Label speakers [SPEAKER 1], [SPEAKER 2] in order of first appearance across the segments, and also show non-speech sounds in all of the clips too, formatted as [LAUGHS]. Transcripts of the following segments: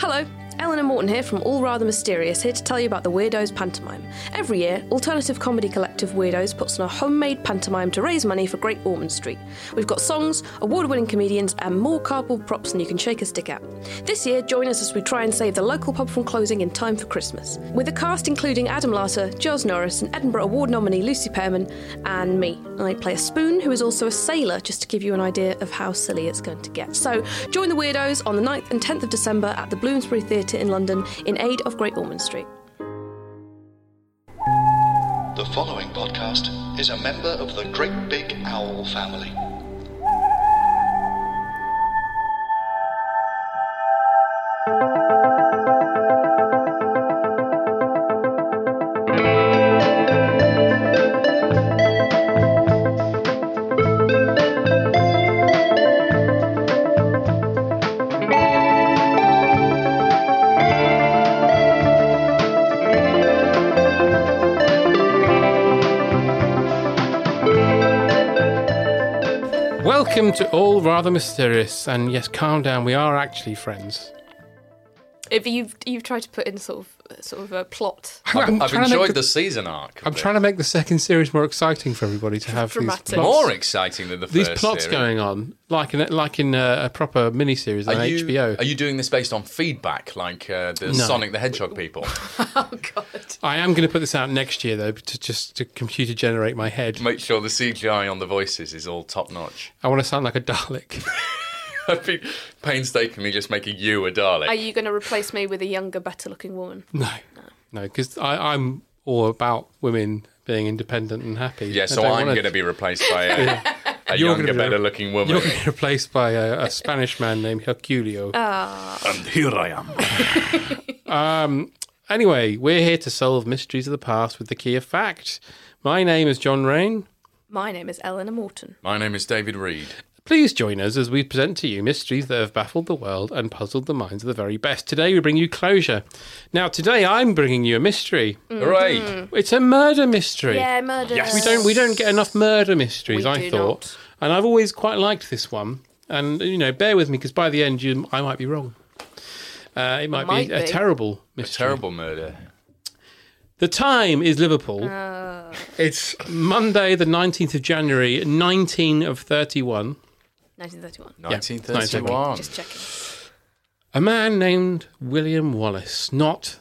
[SPEAKER 1] Hello, Eleanor Morton here from All Rather Mysterious, here to tell you about the Weirdos pantomime. Every year, alternative comedy collective Weirdos puts on a homemade pantomime to raise money for Great Ormond Street. We've got songs, award winning comedians, and more cardboard props than you can shake a stick at. This year, join us as we try and save the local pub from closing in time for Christmas. With a cast including Adam Larter, Giles Norris, and Edinburgh Award nominee Lucy Pearman, and me. I play a spoon who is also a sailor, just to give you an idea of how silly it's going to get. So, join the Weirdos on the 9th and 10th of December at the Bloomsbury Theatre in London in aid of Great Ormond Street.
[SPEAKER 2] The following podcast is a member of the Great Big Owl family.
[SPEAKER 3] Welcome to All Rather Mysterious, and yes, calm down. We are actually friends.
[SPEAKER 1] If you've, you've tried to put in sort of, sort of a plot.
[SPEAKER 3] I'm
[SPEAKER 4] I've,
[SPEAKER 3] trying
[SPEAKER 4] I've
[SPEAKER 3] to make
[SPEAKER 4] enjoyed
[SPEAKER 3] the-
[SPEAKER 4] the, season arc. of
[SPEAKER 3] I'm
[SPEAKER 4] it.
[SPEAKER 3] trying to make the second series more exciting for everybody to have
[SPEAKER 1] Dramatic.
[SPEAKER 3] these plots,
[SPEAKER 4] more exciting than the
[SPEAKER 3] these
[SPEAKER 4] first.
[SPEAKER 3] plots
[SPEAKER 4] theory.
[SPEAKER 3] going on, like in like in a, a proper miniseries on
[SPEAKER 4] Are you,
[SPEAKER 3] HBO.
[SPEAKER 4] Are you doing this based on feedback, like uh, the Sonic the Hedgehog people? [LAUGHS]
[SPEAKER 1] Oh, God.
[SPEAKER 3] I am going to put this out next year though, to just to computer generate my head.
[SPEAKER 4] Make sure the CGI on the voices is all top [LAUGHS] notch.
[SPEAKER 3] I want to sound like a Dalek. [LAUGHS]
[SPEAKER 4] I've been painstakingly just making you a Dalek.
[SPEAKER 1] Are you going to replace me with a younger, better looking woman?
[SPEAKER 3] no, no, because I'm all about women being independent and happy.
[SPEAKER 4] yeah,
[SPEAKER 3] I
[SPEAKER 4] so
[SPEAKER 3] don't
[SPEAKER 4] I'm
[SPEAKER 3] wanna-
[SPEAKER 4] going to be replaced
[SPEAKER 3] [LAUGHS]
[SPEAKER 4] by a, a
[SPEAKER 3] You're
[SPEAKER 4] younger,
[SPEAKER 3] gonna be re-
[SPEAKER 4] better looking woman.
[SPEAKER 3] You're going to be [LAUGHS] replaced by a, a Spanish man named Herculeo.
[SPEAKER 4] And here I am.
[SPEAKER 3] Um, Anyway, we're here to solve mysteries of the past with the key of fact. My name is John Rain.
[SPEAKER 1] My name is Eleanor Morton.
[SPEAKER 4] My name is David Reed.
[SPEAKER 3] Please join us as we present to you mysteries that have baffled the world and puzzled the minds of the very best. Today, we bring you closure. Now, today, I'm bringing you a mystery.
[SPEAKER 4] Hooray!
[SPEAKER 3] It's a murder mystery.
[SPEAKER 1] Yeah, murder.
[SPEAKER 4] Mm. Yes.
[SPEAKER 3] We don't we don't get enough murder mysteries.
[SPEAKER 1] We
[SPEAKER 3] I
[SPEAKER 1] do
[SPEAKER 3] thought, and I've always quite liked this one. And you know, bear with me because by the end, you I might be wrong. Uh, it might,
[SPEAKER 1] Might
[SPEAKER 3] be, a
[SPEAKER 1] be.
[SPEAKER 3] terrible
[SPEAKER 4] A
[SPEAKER 3] mystery.
[SPEAKER 4] terrible murder.
[SPEAKER 3] The time is Liverpool.
[SPEAKER 1] Ah.
[SPEAKER 3] It's Monday, the 19th of January, 19 of 31.
[SPEAKER 1] 1931.
[SPEAKER 4] 1931.
[SPEAKER 1] Just checking.
[SPEAKER 3] Um, A man named William Wallace, not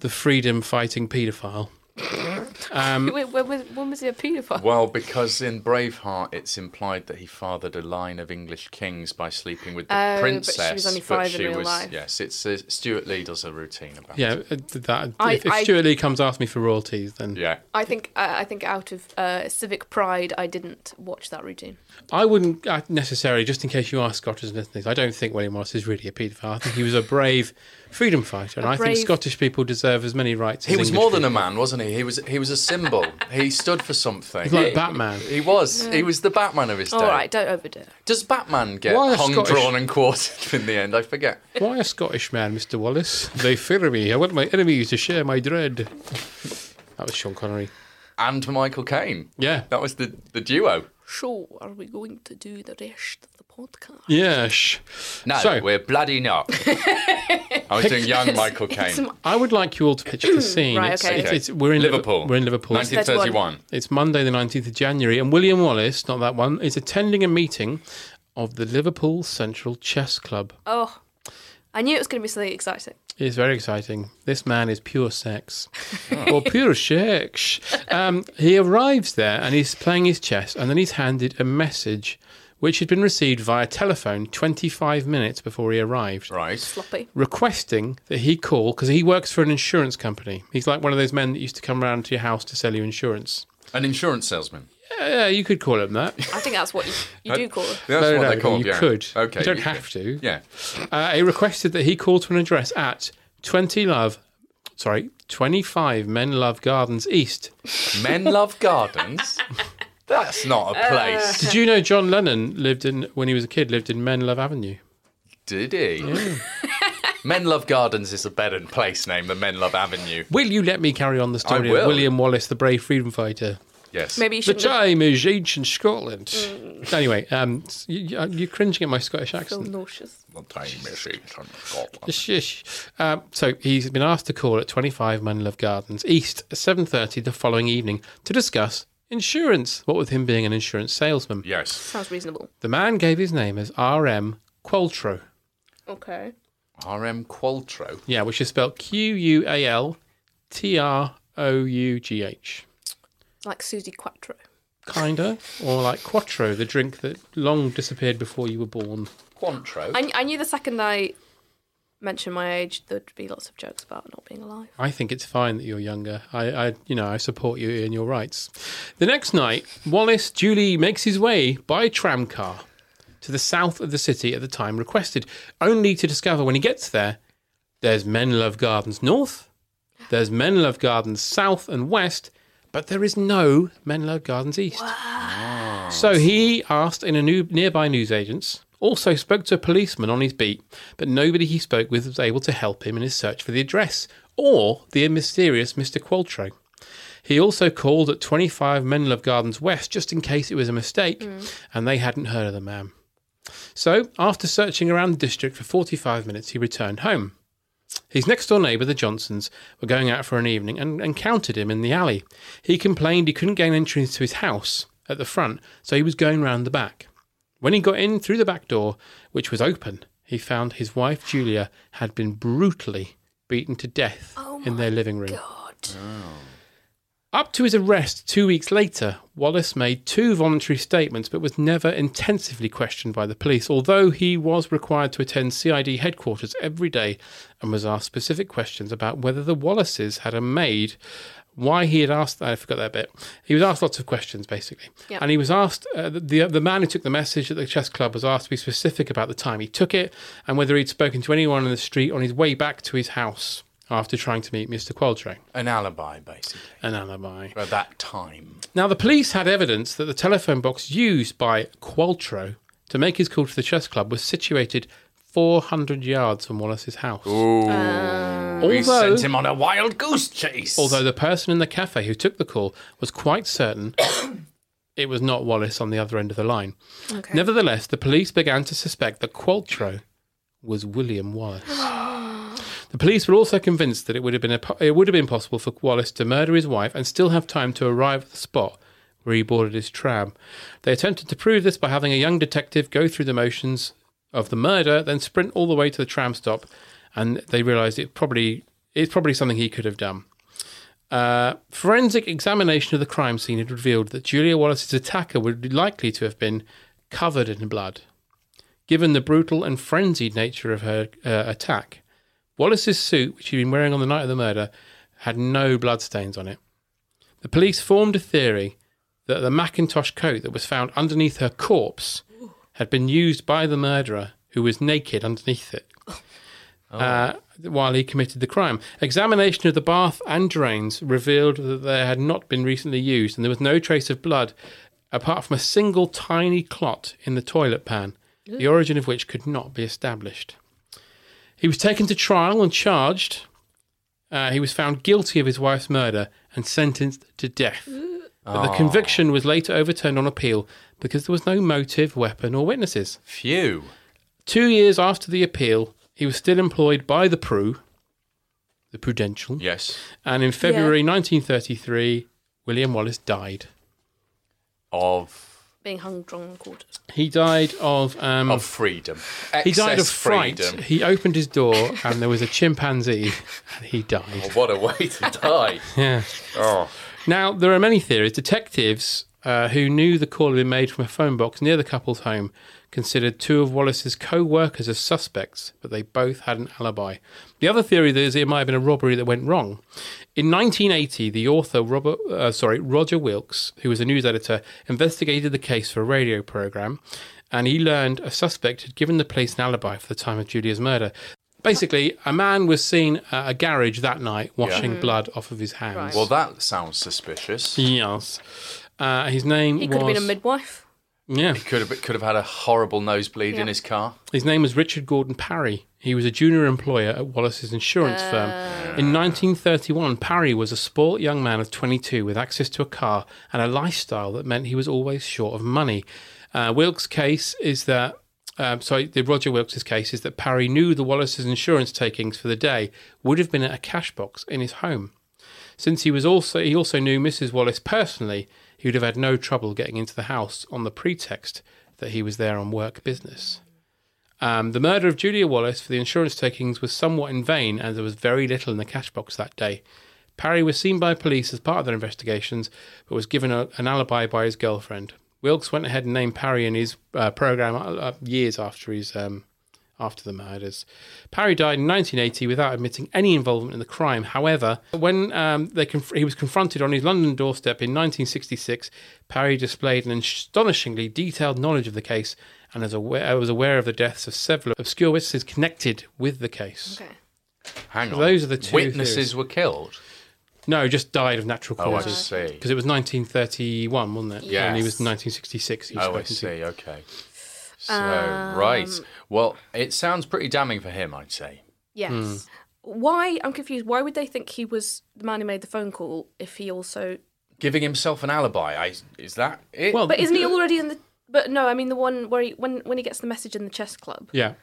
[SPEAKER 3] the freedom fighting paedophile.
[SPEAKER 1] Wait, [LAUGHS] when, was, when was he a paedophile?
[SPEAKER 4] Well, because in Braveheart, it's implied that he fathered a line of English kings by sleeping with the
[SPEAKER 1] Oh, but she was
[SPEAKER 4] princess.
[SPEAKER 1] only
[SPEAKER 4] but
[SPEAKER 1] five in
[SPEAKER 4] she
[SPEAKER 1] real life.
[SPEAKER 4] Yes, it's uh, Stuart Lee does a routine about.
[SPEAKER 3] Yeah,
[SPEAKER 4] it.
[SPEAKER 3] uh, that,
[SPEAKER 1] I-
[SPEAKER 3] if, if
[SPEAKER 1] I-
[SPEAKER 3] Stuart Lee comes after me for royalties, then
[SPEAKER 4] yeah.
[SPEAKER 1] I think uh, I think out of uh, civic pride, I didn't watch that routine.
[SPEAKER 3] I wouldn't uh, necessarily, just in case you are Scottish listeners, I don't think William Wallace is really a paedophile. I think he was a brave freedom fighter, and I
[SPEAKER 1] brave-
[SPEAKER 3] think Scottish people deserve as many rights
[SPEAKER 4] He
[SPEAKER 3] as
[SPEAKER 4] was
[SPEAKER 3] English
[SPEAKER 4] more than a
[SPEAKER 3] people.
[SPEAKER 4] man, wasn't he? He was he was
[SPEAKER 1] [LAUGHS]
[SPEAKER 4] a symbol. he stood for something.
[SPEAKER 3] He's like Batman.
[SPEAKER 4] He was. He was the Batman of his day.
[SPEAKER 1] All right, don't overdo it.
[SPEAKER 4] Does Batman get
[SPEAKER 3] Why are
[SPEAKER 4] hung,
[SPEAKER 3] Scottish-
[SPEAKER 4] drawn, and quartered in the end? I forget.
[SPEAKER 3] Why a Scottish man, Mr. Wallace? They fear me. I want my enemies to share my dread. That was Sean Connery.
[SPEAKER 4] And Michael Caine.
[SPEAKER 3] Yeah.
[SPEAKER 4] That was the the duo.
[SPEAKER 1] So, are we going to do the rest of the podcast?
[SPEAKER 3] Yeah, shh.
[SPEAKER 4] No,
[SPEAKER 3] So-
[SPEAKER 4] we're bloody
[SPEAKER 1] [LAUGHS]
[SPEAKER 4] not. I was doing young Michael
[SPEAKER 1] It's
[SPEAKER 4] Caine.
[SPEAKER 1] m-
[SPEAKER 3] I would like you all
[SPEAKER 1] [CLEARS THROAT]
[SPEAKER 3] to picture the scene.
[SPEAKER 1] Right,
[SPEAKER 3] It's-
[SPEAKER 1] okay.
[SPEAKER 3] it's, it's- we're in Liver-
[SPEAKER 4] Liverpool.
[SPEAKER 3] We're in Liverpool.
[SPEAKER 4] 1931.
[SPEAKER 3] It's Monday, the 19th of January, and William Wallace, not that one, is attending a meeting of the Liverpool Central Chess Club.
[SPEAKER 1] Oh, I knew it was going to be something exciting.
[SPEAKER 3] It's very exciting. This man is pure sex, or pure sex. Um, he arrives there and he's playing his chess, and then he's handed a message, which had been received via telephone 25 minutes before he arrived,
[SPEAKER 4] Right.
[SPEAKER 1] Sloppy.
[SPEAKER 3] requesting that he call because he works for an insurance company. He's like one of those men that used to come around to your house to sell you insurance.
[SPEAKER 4] An insurance salesman.
[SPEAKER 3] Yeah, yeah you could call him that.
[SPEAKER 1] I think that's what you, you do call it.
[SPEAKER 4] That's
[SPEAKER 3] No,
[SPEAKER 4] what
[SPEAKER 3] no,
[SPEAKER 4] they're
[SPEAKER 3] no,
[SPEAKER 4] called,
[SPEAKER 3] you
[SPEAKER 4] yeah.
[SPEAKER 3] could.
[SPEAKER 4] Okay.
[SPEAKER 3] You don't
[SPEAKER 4] could.
[SPEAKER 3] have to.
[SPEAKER 4] Yeah.
[SPEAKER 3] Uh, he requested that he call to an address at 20 Love, sorry, 25 Men Love Gardens East.
[SPEAKER 4] Men love
[SPEAKER 1] [LAUGHS]
[SPEAKER 4] gardens. That's not a place.
[SPEAKER 1] Uh.
[SPEAKER 3] Did you know John Lennon lived in, when he was a kid, lived in Men Love Avenue?
[SPEAKER 4] Did he?
[SPEAKER 1] [LAUGHS]
[SPEAKER 4] Men Love Gardens is a better place name than Men Love Avenue.
[SPEAKER 3] Will you let me carry on the story of
[SPEAKER 4] will.
[SPEAKER 3] William Wallace, the brave freedom fighter?
[SPEAKER 4] Yes.
[SPEAKER 1] Maybe you
[SPEAKER 3] The
[SPEAKER 1] shouldn't. have- Mm.
[SPEAKER 3] time is ancient Scotland. Anyway, um, s- you, you- you're cringing at my Scottish
[SPEAKER 1] Feel
[SPEAKER 3] accent.
[SPEAKER 1] nauseous.
[SPEAKER 4] The time is ancient Scotland.
[SPEAKER 3] Shush. Um, so he's been asked to call at 25 Manlove Gardens East at 7.30 the following evening to discuss insurance, what with him being an insurance salesman.
[SPEAKER 4] Yes.
[SPEAKER 1] Sounds reasonable.
[SPEAKER 3] The man gave his name as R.M. Qualtro.
[SPEAKER 1] Okay.
[SPEAKER 4] R.M. Qualtro.
[SPEAKER 3] Yeah, which is spelled Q-U-A-L-T-R-O-U-G-H.
[SPEAKER 1] Like Susie Quattro.
[SPEAKER 3] Kinda. Or like Quattro, the drink that long disappeared before you were born.
[SPEAKER 4] Quantro.
[SPEAKER 1] I, I knew the second I mentioned my age, there'd be lots of jokes about not being alive.
[SPEAKER 3] I think it's fine that you're younger. I, I, you know, I support you in your rights. The next night, Wallace duly makes his way by tram car to the south of the city at the time requested, only to discover when he gets there, there's Menlove Gardens North, there's Menlove Gardens South and West, but there is no Menlove Gardens East. So he asked in a new, nearby newsagents, also spoke to a policeman on his beat, but nobody he spoke with was able to help him in his search for the address or the mysterious Mr. Qualtro. He also called at 25 Menlove Gardens West just in case it was a mistake, and they hadn't heard of the man. So, after searching around the district for 45 minutes, he returned home. His next door neighbour, the Johnsons, were going out for an evening and encountered him in the alley. He complained he couldn't gain entrance to his house at the front, so he was going round the back. When he got in through the back door, which was open, he found his wife Julia had been brutally beaten to death
[SPEAKER 1] Oh
[SPEAKER 3] in their living room.
[SPEAKER 1] God.
[SPEAKER 3] Up to his arrest two weeks later, Wallace made two voluntary statements but was never intensively questioned by the police, although he was required to attend CID headquarters every day and was asked specific questions about whether the Wallaces had a maid, why he had asked I forgot that bit. He was asked lots of questions, basically.
[SPEAKER 1] Yeah.
[SPEAKER 3] And he was asked, uh, the, the man who took the message at the chess club was asked to be specific about the time he took it and whether he'd spoken to anyone in the street on his way back to his house after trying to meet Mr. Qualtro.
[SPEAKER 4] An alibi, basically,
[SPEAKER 3] An alibi.
[SPEAKER 4] for that time.
[SPEAKER 3] Now, the police had evidence that the telephone box used by Qualtro to make his call to the chess club was situated 400 yards from Wallace's house.
[SPEAKER 4] we
[SPEAKER 3] Although-
[SPEAKER 4] sent him on a wild goose chase.
[SPEAKER 3] Although the person in the cafe who took the call was quite certain [COUGHS] it was not Wallace on the other end of the line.
[SPEAKER 1] Okay.
[SPEAKER 3] Nevertheless, the police began to suspect that Qualtro was William Wallace. the police were also convinced that it would have been a, po- it would have been possible for Wallace to murder his wife and still have time to arrive at the spot where he boarded his tram. They attempted to prove this by having a young detective go through the motions of the murder, then sprint all the way to the tram stop, and they realised it probably it's probably something he could have done. Uh, forensic examination of the crime scene had revealed that Julia Wallace's attacker would be likely to have been covered in blood. Given the brutal and frenzied nature of her uh, attack, Wallace's suit, which he'd been wearing on the night of the murder, had no bloodstains on it. The police formed a theory that the Macintosh coat that was found underneath her corpse had been used by the murderer, who was naked underneath it uh, while he committed the crime. Examination of the bath and drains revealed that they had not been recently used, and there was no trace of blood apart from a single tiny clot in the toilet pan, the origin of which could not be established. He was taken to trial and charged. Uh, he was found guilty of his wife's murder and sentenced to death. But the
[SPEAKER 4] Ah.
[SPEAKER 3] conviction was later overturned on appeal because there was no motive, weapon, or witnesses.
[SPEAKER 4] Phew.
[SPEAKER 3] Two years after the appeal, he was still employed by the Pru, the Prudential,
[SPEAKER 4] Yes.
[SPEAKER 3] and in February 1933, William Wallace died.
[SPEAKER 4] Of
[SPEAKER 1] being hung drunk or just
[SPEAKER 3] He died of um,
[SPEAKER 4] of freedom.
[SPEAKER 3] he died of
[SPEAKER 4] Excess
[SPEAKER 3] fright.
[SPEAKER 4] freedom.
[SPEAKER 3] He opened his door and there was a chimpanzee. and He died.
[SPEAKER 4] [LAUGHS] Oh, what a way to
[SPEAKER 3] [LAUGHS]
[SPEAKER 4] die.
[SPEAKER 3] Yeah.
[SPEAKER 4] Oh,
[SPEAKER 3] Now, there are many theories. Detectives uh, who knew the call had been made from a phone box near the couple's home considered two of Wallace's co workers as suspects, but they both had an alibi. The other theory is it might have been a robbery that went wrong. In 1980, the author Robert, uh, sorry, Roger Wilkes, who was a news editor, investigated the case for a radio program, and he learned a suspect had given the police an alibi for the time of Julia's murder. Basically, a man was seen at a garage that night washing blood off of his hands.
[SPEAKER 1] Right.
[SPEAKER 4] well, that sounds suspicious. He
[SPEAKER 3] Yes. Uh, his name
[SPEAKER 1] he
[SPEAKER 3] was
[SPEAKER 1] could have been a midwife.
[SPEAKER 3] yeah.
[SPEAKER 4] could have could have had a horrible nosebleed
[SPEAKER 1] Yeah.
[SPEAKER 4] in his car.
[SPEAKER 3] His name was Richard Gordon Parry. He was a junior employer at Wallace's insurance firm. In 1931, Parry was a sport young man of 22 with access to a car and a lifestyle that meant he was always short of money. Uh, Wilkes' case is that. Um, sorry, the Roger Wilkes' case is that Parry knew the Wallace's insurance takings for the day would have been at a cash box in his home. Since he was also he also knew Mrs. Wallace personally, he would have had no trouble getting into the house on the pretext that he was there on work business. Um, the murder of Julia Wallace for the insurance takings was somewhat in vain, as there was very little in the cash box that day. Parry was seen by police as part of their investigations, but was given a, an alibi by his girlfriend. Wilkes went ahead and named Parry in his uh, program uh, years after his um, after the murders. Parry died in 1980 without admitting any involvement in the crime. However, when um, they conf- he was confronted on his London doorstep in 1966, Parry displayed an astonishingly detailed knowledge of the case and is aware, uh, was aware of the deaths of several obscure witnesses connected with the case.
[SPEAKER 1] Okay.
[SPEAKER 4] Hang on.
[SPEAKER 3] Those are the two
[SPEAKER 4] witnesses
[SPEAKER 3] theories.
[SPEAKER 4] were killed.
[SPEAKER 3] No, just died of natural
[SPEAKER 4] Oh, I
[SPEAKER 3] causes.
[SPEAKER 4] see.
[SPEAKER 3] Because it was 1931, wasn't it?
[SPEAKER 4] Yes.
[SPEAKER 3] And he was 1966. he was
[SPEAKER 4] Oh, I
[SPEAKER 3] spoken to.
[SPEAKER 4] see. Okay. So right. Well, it sounds pretty damning for him, I'd say.
[SPEAKER 1] Yes. Why? I'm confused. Why would they think he was the man who made the phone call if he also?
[SPEAKER 4] Giving himself an alibi. I, is that it?
[SPEAKER 3] Well,
[SPEAKER 1] But isn't he already in the? But no, I mean the one where he when when he gets the message in the chess club.
[SPEAKER 3] Yeah.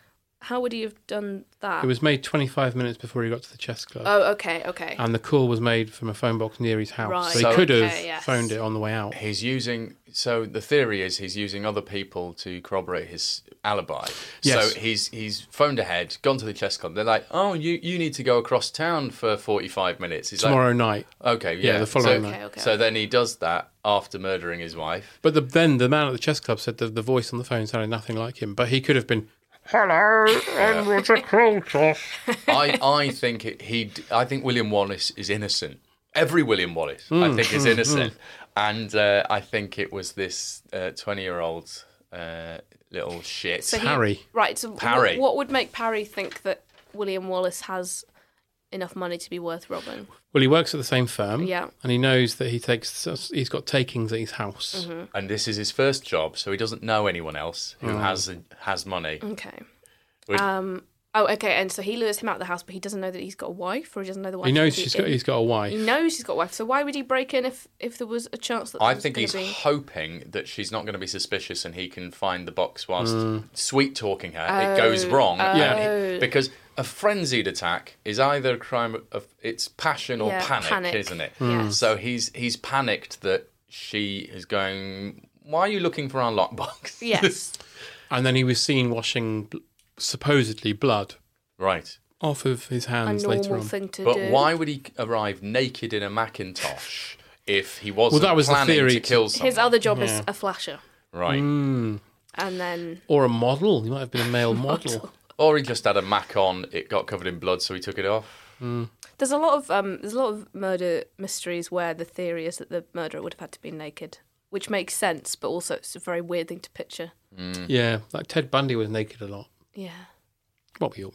[SPEAKER 1] How would he have done that?
[SPEAKER 3] It was made 25 minutes before he got to the chess club.
[SPEAKER 1] Oh, okay, okay.
[SPEAKER 3] and the call was made from a phone box near his house.
[SPEAKER 1] Right.
[SPEAKER 3] So he
[SPEAKER 4] So-
[SPEAKER 3] could have
[SPEAKER 1] Okay, yes.
[SPEAKER 3] phoned it on the way out.
[SPEAKER 4] He's using. So the theory is he's using other people to corroborate his alibi.
[SPEAKER 3] Yes.
[SPEAKER 4] So he's he's phoned ahead, gone to the chess club. They're like, oh, you you need to go across town for forty five minutes. He's
[SPEAKER 3] Tomorrow night.
[SPEAKER 4] Like, okay.
[SPEAKER 3] Yeah,
[SPEAKER 4] Yeah.
[SPEAKER 3] the following
[SPEAKER 4] so,
[SPEAKER 3] night. Okay,
[SPEAKER 1] okay,
[SPEAKER 4] So
[SPEAKER 1] okay.
[SPEAKER 4] then he does that after murdering
[SPEAKER 1] [LAUGHS]
[SPEAKER 4] his wife.
[SPEAKER 3] But the, then the man at the chess club said the, the voice on the phone sounded nothing like him. But he could have been.
[SPEAKER 4] I I think it, he d- I think William Wallace is innocent. Every William Wallace,
[SPEAKER 3] Mm,
[SPEAKER 4] I think, is innocent, and uh, I think it was this twenty-year-old uh, little shit.
[SPEAKER 1] So he-
[SPEAKER 3] Parry.
[SPEAKER 1] right. So
[SPEAKER 4] Parry.
[SPEAKER 1] What, what would make Parry think that William Wallace has enough money to be worth robbing?
[SPEAKER 3] Well, he works at the same firm.
[SPEAKER 1] Yeah.
[SPEAKER 3] And he knows that he takes. He's got takings at his house.
[SPEAKER 1] Mm-hmm.
[SPEAKER 4] and this is his first job, so he doesn't know anyone else who
[SPEAKER 3] Mm.
[SPEAKER 4] has has money.
[SPEAKER 1] Okay.
[SPEAKER 4] Would-
[SPEAKER 1] Um. Oh, okay. And so he lures him out of the house, but he doesn't know that he's got a wife, or he doesn't know the wife.
[SPEAKER 3] He knows
[SPEAKER 1] is
[SPEAKER 3] she's got.
[SPEAKER 1] in-
[SPEAKER 3] He's got a wife.
[SPEAKER 1] He knows she's got a wife. So why would he break in if if there was a chance that
[SPEAKER 4] I
[SPEAKER 1] there was
[SPEAKER 4] think
[SPEAKER 1] gonna
[SPEAKER 4] he's
[SPEAKER 1] be...
[SPEAKER 4] hoping that she's not going to be suspicious and he can find the box whilst
[SPEAKER 3] Mm.
[SPEAKER 4] sweet talking her. it goes
[SPEAKER 1] Oh,
[SPEAKER 4] wrong. and he- because a frenzied attack is either a crime of it's passion or
[SPEAKER 1] Yeah,
[SPEAKER 4] panic,
[SPEAKER 1] panic.
[SPEAKER 4] isn't it?
[SPEAKER 3] Hmm.
[SPEAKER 1] Yes.
[SPEAKER 4] So he's he's panicked that she is going. Why are you looking for our lockbox? [LAUGHS]
[SPEAKER 3] [LAUGHS]
[SPEAKER 1] Yes.
[SPEAKER 3] And then he was seen washing bl- supposedly blood
[SPEAKER 4] right.
[SPEAKER 3] off of his
[SPEAKER 1] a
[SPEAKER 3] hands later
[SPEAKER 1] normal
[SPEAKER 3] on.
[SPEAKER 1] thing to
[SPEAKER 4] But
[SPEAKER 1] do.
[SPEAKER 4] why would he arrive naked in a Macintosh if he wasn't
[SPEAKER 3] that was the
[SPEAKER 4] planning
[SPEAKER 3] theory
[SPEAKER 4] to
[SPEAKER 3] to-
[SPEAKER 4] kill someone?
[SPEAKER 1] His other job is a flasher,
[SPEAKER 4] right.
[SPEAKER 5] Mm.
[SPEAKER 3] Hmm.
[SPEAKER 1] and then
[SPEAKER 3] Or a model. He might have been a male model.
[SPEAKER 4] Or he just had a Mac on. It got covered in blood, so he took it off.
[SPEAKER 1] there's a lot of um there's a lot of murder mysteries where the theory is that the murderer would have had to be naked, which makes sense, but also it's a very weird thing to picture.
[SPEAKER 3] Yeah. Like Ted Bundy was naked a lot.
[SPEAKER 1] Yeah.
[SPEAKER 3] Well, we all.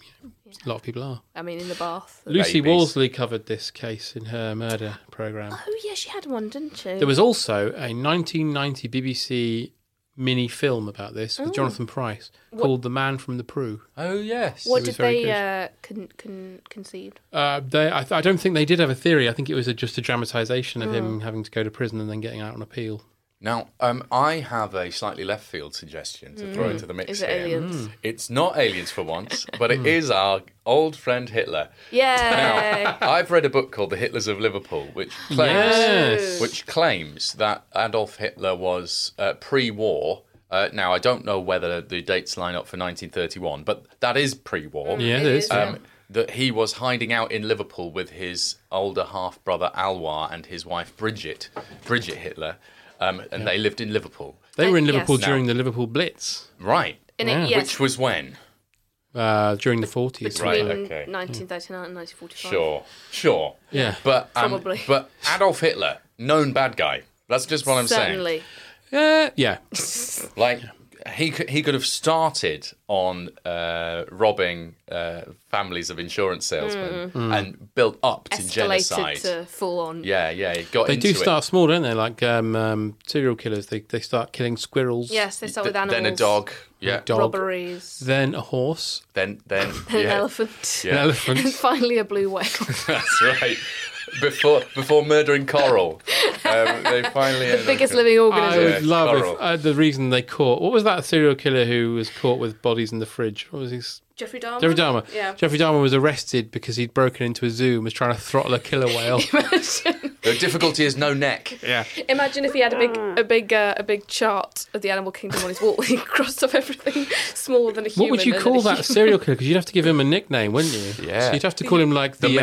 [SPEAKER 3] A lot of people are.
[SPEAKER 1] I mean, in the bath.
[SPEAKER 3] Lucy
[SPEAKER 4] Babies.
[SPEAKER 3] Walsley covered this case in her murder program.
[SPEAKER 1] Oh yeah, she had one, didn't she?
[SPEAKER 3] There was also a 1990 BBC mini film about this with Jonathan Price called "The Man from the Prue."
[SPEAKER 4] Oh yes.
[SPEAKER 1] what
[SPEAKER 3] was
[SPEAKER 1] did
[SPEAKER 3] very
[SPEAKER 1] they
[SPEAKER 3] good.
[SPEAKER 1] uh, con- con- concede?
[SPEAKER 3] Uh, they, I, th- I don't think they did have a theory. I think it was a, just a dramatisation of him having to go to prison and then getting out on appeal.
[SPEAKER 4] Now, um, I have a slightly left field suggestion to throw into the mix.
[SPEAKER 5] Mm. Is it
[SPEAKER 4] here.
[SPEAKER 5] aliens?
[SPEAKER 4] It's not aliens
[SPEAKER 5] [LAUGHS]
[SPEAKER 4] for once, but it is our old friend Hitler.
[SPEAKER 5] Yay!
[SPEAKER 4] Now, I've read a book called The Hitlers of Liverpool, which claims
[SPEAKER 3] Yes.
[SPEAKER 4] which claims that Adolf Hitler was uh, pre-war. Uh, now, I don't know whether the dates line up for 1931, but that is pre-war.
[SPEAKER 3] Yeah, it is.
[SPEAKER 4] Um, that he was hiding out in Liverpool with his older half brother Alwar and his wife Bridget, Bridget Hitler, um, and they lived in Liverpool.
[SPEAKER 3] they were in
[SPEAKER 5] yes.
[SPEAKER 3] Liverpool
[SPEAKER 4] No.
[SPEAKER 3] during the Liverpool Blitz,
[SPEAKER 4] Right.
[SPEAKER 5] And
[SPEAKER 3] Yeah.
[SPEAKER 5] it, yes,
[SPEAKER 4] Which was when?
[SPEAKER 3] uh, during the 40s.
[SPEAKER 5] between
[SPEAKER 4] right, okay.
[SPEAKER 3] Hmm.
[SPEAKER 5] 1939 and 1945.
[SPEAKER 4] Sure. Sure.
[SPEAKER 3] Yeah.
[SPEAKER 4] But um,
[SPEAKER 5] Probably.
[SPEAKER 4] But Adolf Hitler, known bad guy. That's just what I'm saying.
[SPEAKER 5] Certainly.
[SPEAKER 3] Uh, yeah.
[SPEAKER 4] Like he could, he could have started on uh, robbing uh, families of insurance salesmen
[SPEAKER 3] Hmm.
[SPEAKER 4] and built up to
[SPEAKER 5] Hmm. Escalated
[SPEAKER 4] genocide.
[SPEAKER 5] to full on.
[SPEAKER 4] Yeah, yeah, he got
[SPEAKER 3] They
[SPEAKER 4] into
[SPEAKER 3] do
[SPEAKER 4] it.
[SPEAKER 3] start small, don't they? Like um, um, serial killers, they, they start killing squirrels.
[SPEAKER 5] Yes, they start with
[SPEAKER 4] Th-
[SPEAKER 5] animals.
[SPEAKER 4] Then a dog. Yeah.
[SPEAKER 3] dog.
[SPEAKER 5] Robberies.
[SPEAKER 3] Then a horse.
[SPEAKER 4] Then
[SPEAKER 5] [LAUGHS]
[SPEAKER 4] then
[SPEAKER 5] An
[SPEAKER 4] yeah.
[SPEAKER 5] elephant.
[SPEAKER 3] An
[SPEAKER 4] Yeah.
[SPEAKER 1] [LAUGHS]
[SPEAKER 5] [LAUGHS] And
[SPEAKER 3] elephant.
[SPEAKER 5] finally a blue
[SPEAKER 4] [LAUGHS]
[SPEAKER 5] whale.
[SPEAKER 4] That's right. Before before murdering Coral, um, they finally
[SPEAKER 5] the biggest living
[SPEAKER 3] I
[SPEAKER 5] organism.
[SPEAKER 3] would love
[SPEAKER 4] Coral.
[SPEAKER 3] if, uh, the reason they caught. What was that serial killer who was caught with bodies in the fridge? What was his?
[SPEAKER 5] Jeffrey Dahmer.
[SPEAKER 3] Jeffrey Dahmer.
[SPEAKER 5] Yeah.
[SPEAKER 3] Jeffrey Dahmer was arrested because he'd broken into a zoo and was trying to throttle a killer whale.
[SPEAKER 4] The difficulty is no neck.
[SPEAKER 3] yeah.
[SPEAKER 5] Imagine if he had a big, a big, uh, a big chart of the animal kingdom on his wall. [LAUGHS] He crossed off everything smaller than a
[SPEAKER 3] What
[SPEAKER 5] human.
[SPEAKER 3] would you
[SPEAKER 5] and
[SPEAKER 3] call
[SPEAKER 5] then a [LAUGHS]
[SPEAKER 3] that
[SPEAKER 5] human.
[SPEAKER 3] serial killer? Because you'd have to give him a nickname, wouldn't you?
[SPEAKER 4] Yeah.
[SPEAKER 3] So you'd have to call him like the
[SPEAKER 4] The
[SPEAKER 3] uh,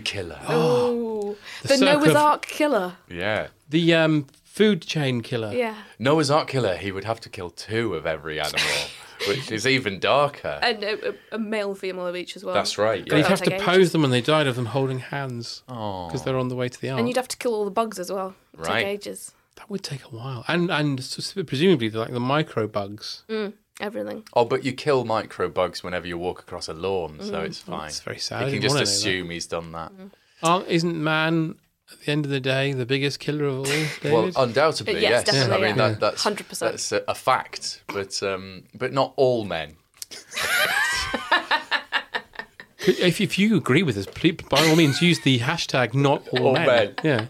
[SPEAKER 3] [GASPS]
[SPEAKER 4] killer.
[SPEAKER 3] Oh.
[SPEAKER 5] Ooh.
[SPEAKER 3] The
[SPEAKER 5] The, Noah's
[SPEAKER 3] circle of-
[SPEAKER 5] Ark killer.
[SPEAKER 4] Yeah.
[SPEAKER 3] the um, food chain killer.
[SPEAKER 5] Yeah.
[SPEAKER 4] Noah's Ark killer, he would have to kill two of every animal,
[SPEAKER 5] [LAUGHS]
[SPEAKER 4] which is even darker.
[SPEAKER 5] And a, a, a male and female of each as well.
[SPEAKER 4] That's right,
[SPEAKER 3] And
[SPEAKER 4] yeah.
[SPEAKER 3] you'd have
[SPEAKER 5] That'll
[SPEAKER 3] to
[SPEAKER 5] take
[SPEAKER 3] pose them when they died of them holding hands because they're on the way to the ark.
[SPEAKER 5] And you'd have to kill all the bugs as well. It'd
[SPEAKER 4] Right.
[SPEAKER 5] Take ages.
[SPEAKER 3] that would take a while, and and s- presumably like the micro bugs.
[SPEAKER 5] Everything.
[SPEAKER 4] Oh, but you kill microbugs whenever you walk across a lawn, so
[SPEAKER 5] Mm.
[SPEAKER 4] it's fine.
[SPEAKER 3] It's very sad. I
[SPEAKER 4] You can
[SPEAKER 3] didn't
[SPEAKER 4] just
[SPEAKER 3] wanna know that. Mm-hmm.
[SPEAKER 4] assume he's done that.
[SPEAKER 3] Aren't, isn't man at the end of the day the biggest killer of all? David?
[SPEAKER 4] Well, undoubtedly,
[SPEAKER 5] Yes,
[SPEAKER 4] yes. I
[SPEAKER 5] definitely,
[SPEAKER 4] mean,
[SPEAKER 5] yeah.
[SPEAKER 4] that, that's
[SPEAKER 5] 100%.
[SPEAKER 4] That's a, a fact, but um, but not all men.
[SPEAKER 3] Could- if, if you agree with us, please, by all means use the hashtag not all,
[SPEAKER 4] All
[SPEAKER 3] men.
[SPEAKER 4] men.
[SPEAKER 3] Yeah,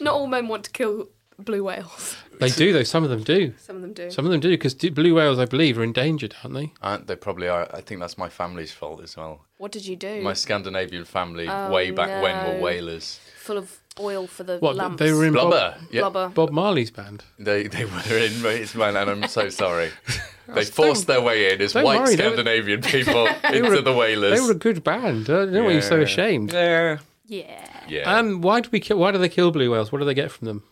[SPEAKER 5] Not all men want to kill blue whales. [LAUGHS]
[SPEAKER 3] they do though. Some of them do.
[SPEAKER 5] Some of them do.
[SPEAKER 3] Some of them do because blue whales, I believe, are endangered, aren't they?
[SPEAKER 4] Aren't Uh, they probably are? I think that's my family's fault as well.
[SPEAKER 5] What did you do?
[SPEAKER 4] My Scandinavian family, way back when, were
[SPEAKER 5] Oh, no.
[SPEAKER 4] whalers.
[SPEAKER 5] Full of oil for the
[SPEAKER 3] What
[SPEAKER 5] lamps.
[SPEAKER 3] they were in
[SPEAKER 4] Blubber.
[SPEAKER 3] Bob,
[SPEAKER 4] Yeah,
[SPEAKER 5] Blubber.
[SPEAKER 3] Bob Marley's band.
[SPEAKER 4] They, they were in It's Man, and
[SPEAKER 5] [LAUGHS]
[SPEAKER 4] I'm so sorry.
[SPEAKER 5] Oh,
[SPEAKER 4] They forced their way in as
[SPEAKER 3] don't
[SPEAKER 4] white
[SPEAKER 3] worry, they were- [LAUGHS]
[SPEAKER 4] Scandinavian people into
[SPEAKER 3] were-
[SPEAKER 4] the whalers.
[SPEAKER 3] They were a good band. I don't know why you're so ashamed.
[SPEAKER 4] yeah.
[SPEAKER 5] Yeah.
[SPEAKER 4] Yeah.
[SPEAKER 3] Um, why do we kill? Why do they kill blue whales? What do they get from them?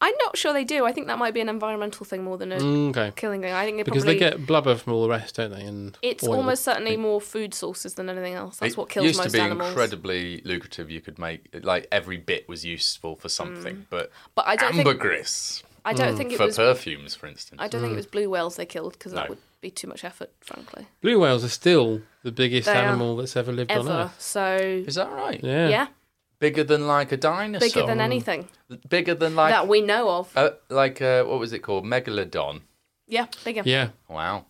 [SPEAKER 5] I'm not sure they do. I think that might be an environmental thing more than a
[SPEAKER 3] Okay,
[SPEAKER 5] killing thing. I think they
[SPEAKER 3] Mm. because
[SPEAKER 5] probably
[SPEAKER 3] they get blubber from all the rest, don't they? And
[SPEAKER 5] It's
[SPEAKER 3] oil.
[SPEAKER 5] almost certainly more food sources than anything else. That's
[SPEAKER 4] It
[SPEAKER 5] what kills
[SPEAKER 4] used
[SPEAKER 5] most
[SPEAKER 4] to be
[SPEAKER 5] animals.
[SPEAKER 4] incredibly lucrative. You could make like every bit was useful for something, but,
[SPEAKER 5] But Mm. I don't think-
[SPEAKER 4] ambergris
[SPEAKER 5] I don't think it
[SPEAKER 4] for
[SPEAKER 5] was.
[SPEAKER 4] perfumes, for instance.
[SPEAKER 5] I don't think it was blue whales they killed because
[SPEAKER 4] No.
[SPEAKER 5] that would be too much effort, frankly.
[SPEAKER 3] blue whales are still the biggest
[SPEAKER 5] They are.
[SPEAKER 3] animal that's ever lived on
[SPEAKER 5] Ever.
[SPEAKER 3] Earth.
[SPEAKER 5] So
[SPEAKER 4] Is that right?
[SPEAKER 3] Yeah.
[SPEAKER 5] yeah,
[SPEAKER 4] Bigger than like a dinosaur.
[SPEAKER 5] bigger than anything
[SPEAKER 4] Bigger than like
[SPEAKER 5] that we know of.
[SPEAKER 4] uh, like uh, what was it called? Megalodon.
[SPEAKER 5] Yeah, bigger.
[SPEAKER 3] Yeah.
[SPEAKER 4] Wow.